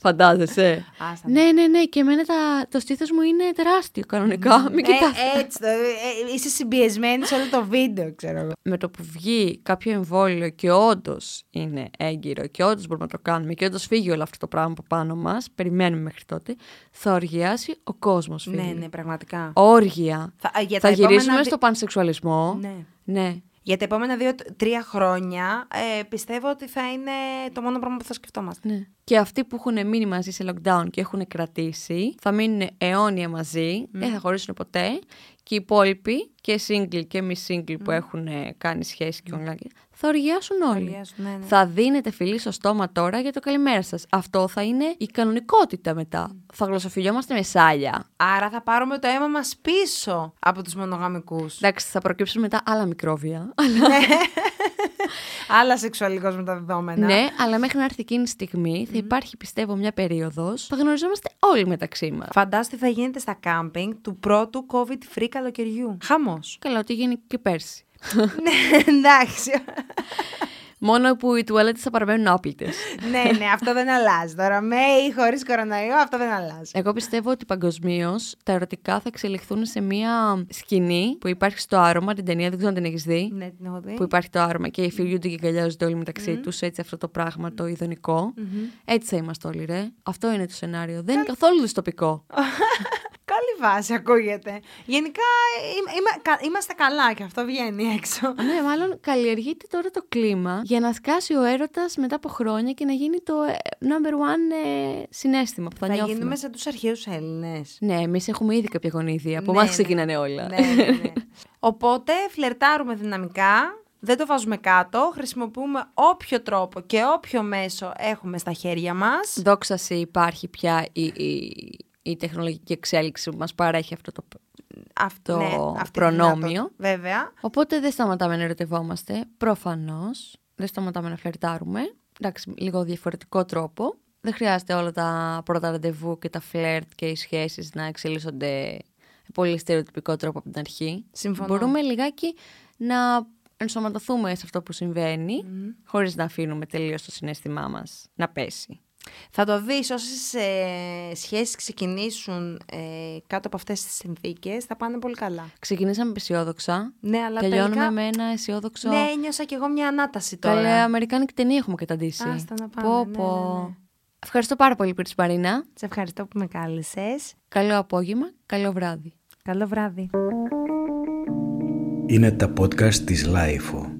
[SPEAKER 1] Φαντάζεσαι.
[SPEAKER 2] Άστα.
[SPEAKER 1] ναι, ναι, ναι. Και εμένα τα... το στήθος μου είναι τεράστιο κανονικά. Μην κοιτάς.
[SPEAKER 2] Ε, έτσι, το, ε, ε, είσαι συμπιεσμένη σε όλο το βίντεο, ξέρω εγώ.
[SPEAKER 1] με το που βγει κάποιο εμβόλιο και όντως είναι έγκυρο και όντως μπορούμε να το κάνουμε και όντως φύγει όλο αυτό το πράγμα από πάνω μας, περιμένουμε μέχρι τότε, θα οργιάσει ο κόσμος.
[SPEAKER 2] Ναι, ναι, πραγματικά.
[SPEAKER 1] Όργια.
[SPEAKER 2] Θα, α, για
[SPEAKER 1] θα
[SPEAKER 2] τα επόμενα
[SPEAKER 1] γυρίσουμε
[SPEAKER 2] δι-
[SPEAKER 1] στο πανσεξουαλισμό.
[SPEAKER 2] Ναι.
[SPEAKER 1] ναι.
[SPEAKER 2] Για τα επόμενα δύο-τρία χρόνια ε, πιστεύω ότι θα είναι το μόνο πράγμα που θα σκεφτόμαστε.
[SPEAKER 1] Ναι. Και αυτοί που έχουν μείνει μαζί σε lockdown και έχουν κρατήσει, θα μείνουν αιώνια μαζί, δεν θα χωρίσουν ποτέ. Και οι υπόλοιποι, και single και μη single που έχουν ε, κάνει σχέση και online, θα οργιάσουν όλοι.
[SPEAKER 2] οργιάσουν, ναι, ναι.
[SPEAKER 1] Θα δίνετε φιλί στο στόμα τώρα για το καλημέρα σας. Αυτό θα είναι η κανονικότητα μετά. Θα γλωσσοφιλιόμαστε με σάλια.
[SPEAKER 2] Άρα θα πάρουμε το αίμα μας πίσω από τους μονογαμικούς.
[SPEAKER 1] Εντάξει, θα προκύψουν μετά άλλα μικρόβια. αλλά-
[SPEAKER 2] Άλλα σεξουαλικώς μεταδεδομένα.
[SPEAKER 1] ναι, αλλά μέχρι να έρθει εκείνη η στιγμή θα υπάρχει, πιστεύω, μια περίοδος. Θα γνωριζόμαστε όλοι μεταξύ μας.
[SPEAKER 2] Φαντάστε τι θα γίνεται στα κάμπινγκ του πρώτου COVID-free καλοκαιριού. Χαμός.
[SPEAKER 1] Καλά, ότι γίνει και πέρσι.
[SPEAKER 2] ναι, εντάξει.
[SPEAKER 1] Μόνο που οι τουαλέτες θα παραμένουν άπλητε.
[SPEAKER 2] ναι, ναι, αυτό δεν αλλάζει. Τώρα με ή χωρίς κορονοϊό, αυτό δεν αλλάζει.
[SPEAKER 1] Εγώ πιστεύω ότι παγκοσμίως τα ερωτικά θα εξελιχθούν σε μια σκηνή που υπάρχει στο άρωμα, την ταινία, δεν ξέρω αν την έχεις δει.
[SPEAKER 2] ναι, την έχω δει.
[SPEAKER 1] Που υπάρχει το άρωμα και φιλιούνται και αγκαλιάζονται όλοι μεταξύ τους, τους, έτσι αυτό το πράγμα το ιδονικό. Έτσι θα είμαστε όλοι, ρε. Αυτό είναι το σενάριο. Δεν είναι καθόλου δυστοπικό.
[SPEAKER 2] Καλή βάση ακούγεται. Γενικά είμα- είμα- κα- είμαστε καλά και αυτό βγαίνει έξω.
[SPEAKER 1] ναι, μάλλον καλλιεργείται τώρα το κλίμα για να σκάσει ο έρωτας μετά από χρόνια και να γίνει το ε, number one ε, συνέστημα που θα,
[SPEAKER 2] Θα
[SPEAKER 1] νιώθουμε.
[SPEAKER 2] γίνουμε σαν τους αρχαίους Έλληνες.
[SPEAKER 1] Ναι, εμείς έχουμε ήδη κάποια γονίδια. Από
[SPEAKER 2] Ναι,
[SPEAKER 1] εμάς
[SPEAKER 2] ναι.
[SPEAKER 1] ξεκινάνε όλα.
[SPEAKER 2] ναι, ναι, ναι. Οπότε φλερτάρουμε δυναμικά, δεν το βάζουμε κάτω, χρησιμοποιούμε όποιο τρόπο και όποιο μέσο έχουμε στα χέρια μας.
[SPEAKER 1] Δόξα σε υπάρχει πια η, η, η τεχνολογική εξέλιξη που μας παρέχει αυτό το
[SPEAKER 2] Αυτό
[SPEAKER 1] Το
[SPEAKER 2] Ναι, αυτή τη
[SPEAKER 1] προνόμιο.
[SPEAKER 2] δυνατότητα, Βέβαια.
[SPEAKER 1] Οπότε δεν σταματάμε να ερωτευόμαστε, προφανώς. Δεν σταματάμε να φλερτάρουμε. Εντάξει, λίγο διαφορετικό τρόπο. Δεν χρειάζεται όλα τα πρώτα ραντεβού και τα φλερτ και οι σχέσεις να εξελίσσονται με πολύ στερεοτυπικό τρόπο από την αρχή.
[SPEAKER 2] Συμφωνώ.
[SPEAKER 1] Μπορούμε λιγάκι να ενσωματωθούμε σε αυτό που συμβαίνει, χωρίς να αφήνουμε τελείως το συνέστημά μας να πέσει.
[SPEAKER 2] Θα το δεις όσες ε, σχέσεις ξεκινήσουν ε, κάτω από αυτές τις συνθήκες θα πάνε πολύ καλά.
[SPEAKER 1] Ξεκινήσαμε αισιόδοξα.
[SPEAKER 2] Ναι, αλλά
[SPEAKER 1] Τελειώνουμε
[SPEAKER 2] τελικά...
[SPEAKER 1] με ένα αισιόδοξο.
[SPEAKER 2] Ναι, νιώσα κι εγώ μια ανάταση τώρα.
[SPEAKER 1] Καλέ, Αμερικάνικη ταινία έχουμε καταντήσει.
[SPEAKER 2] Άστα να πάμε,
[SPEAKER 1] Πω,
[SPEAKER 2] ναι,
[SPEAKER 1] πω.
[SPEAKER 2] ναι, ναι.
[SPEAKER 1] Ευχαριστώ πάρα πολύ που Μαρίνα.
[SPEAKER 2] Σε ευχαριστώ που με κάλεσες.
[SPEAKER 1] Καλό απόγευμα, καλό βράδυ.
[SPEAKER 2] Καλό βράδυ.
[SPEAKER 3] Είναι τα podcast της Λάιφο.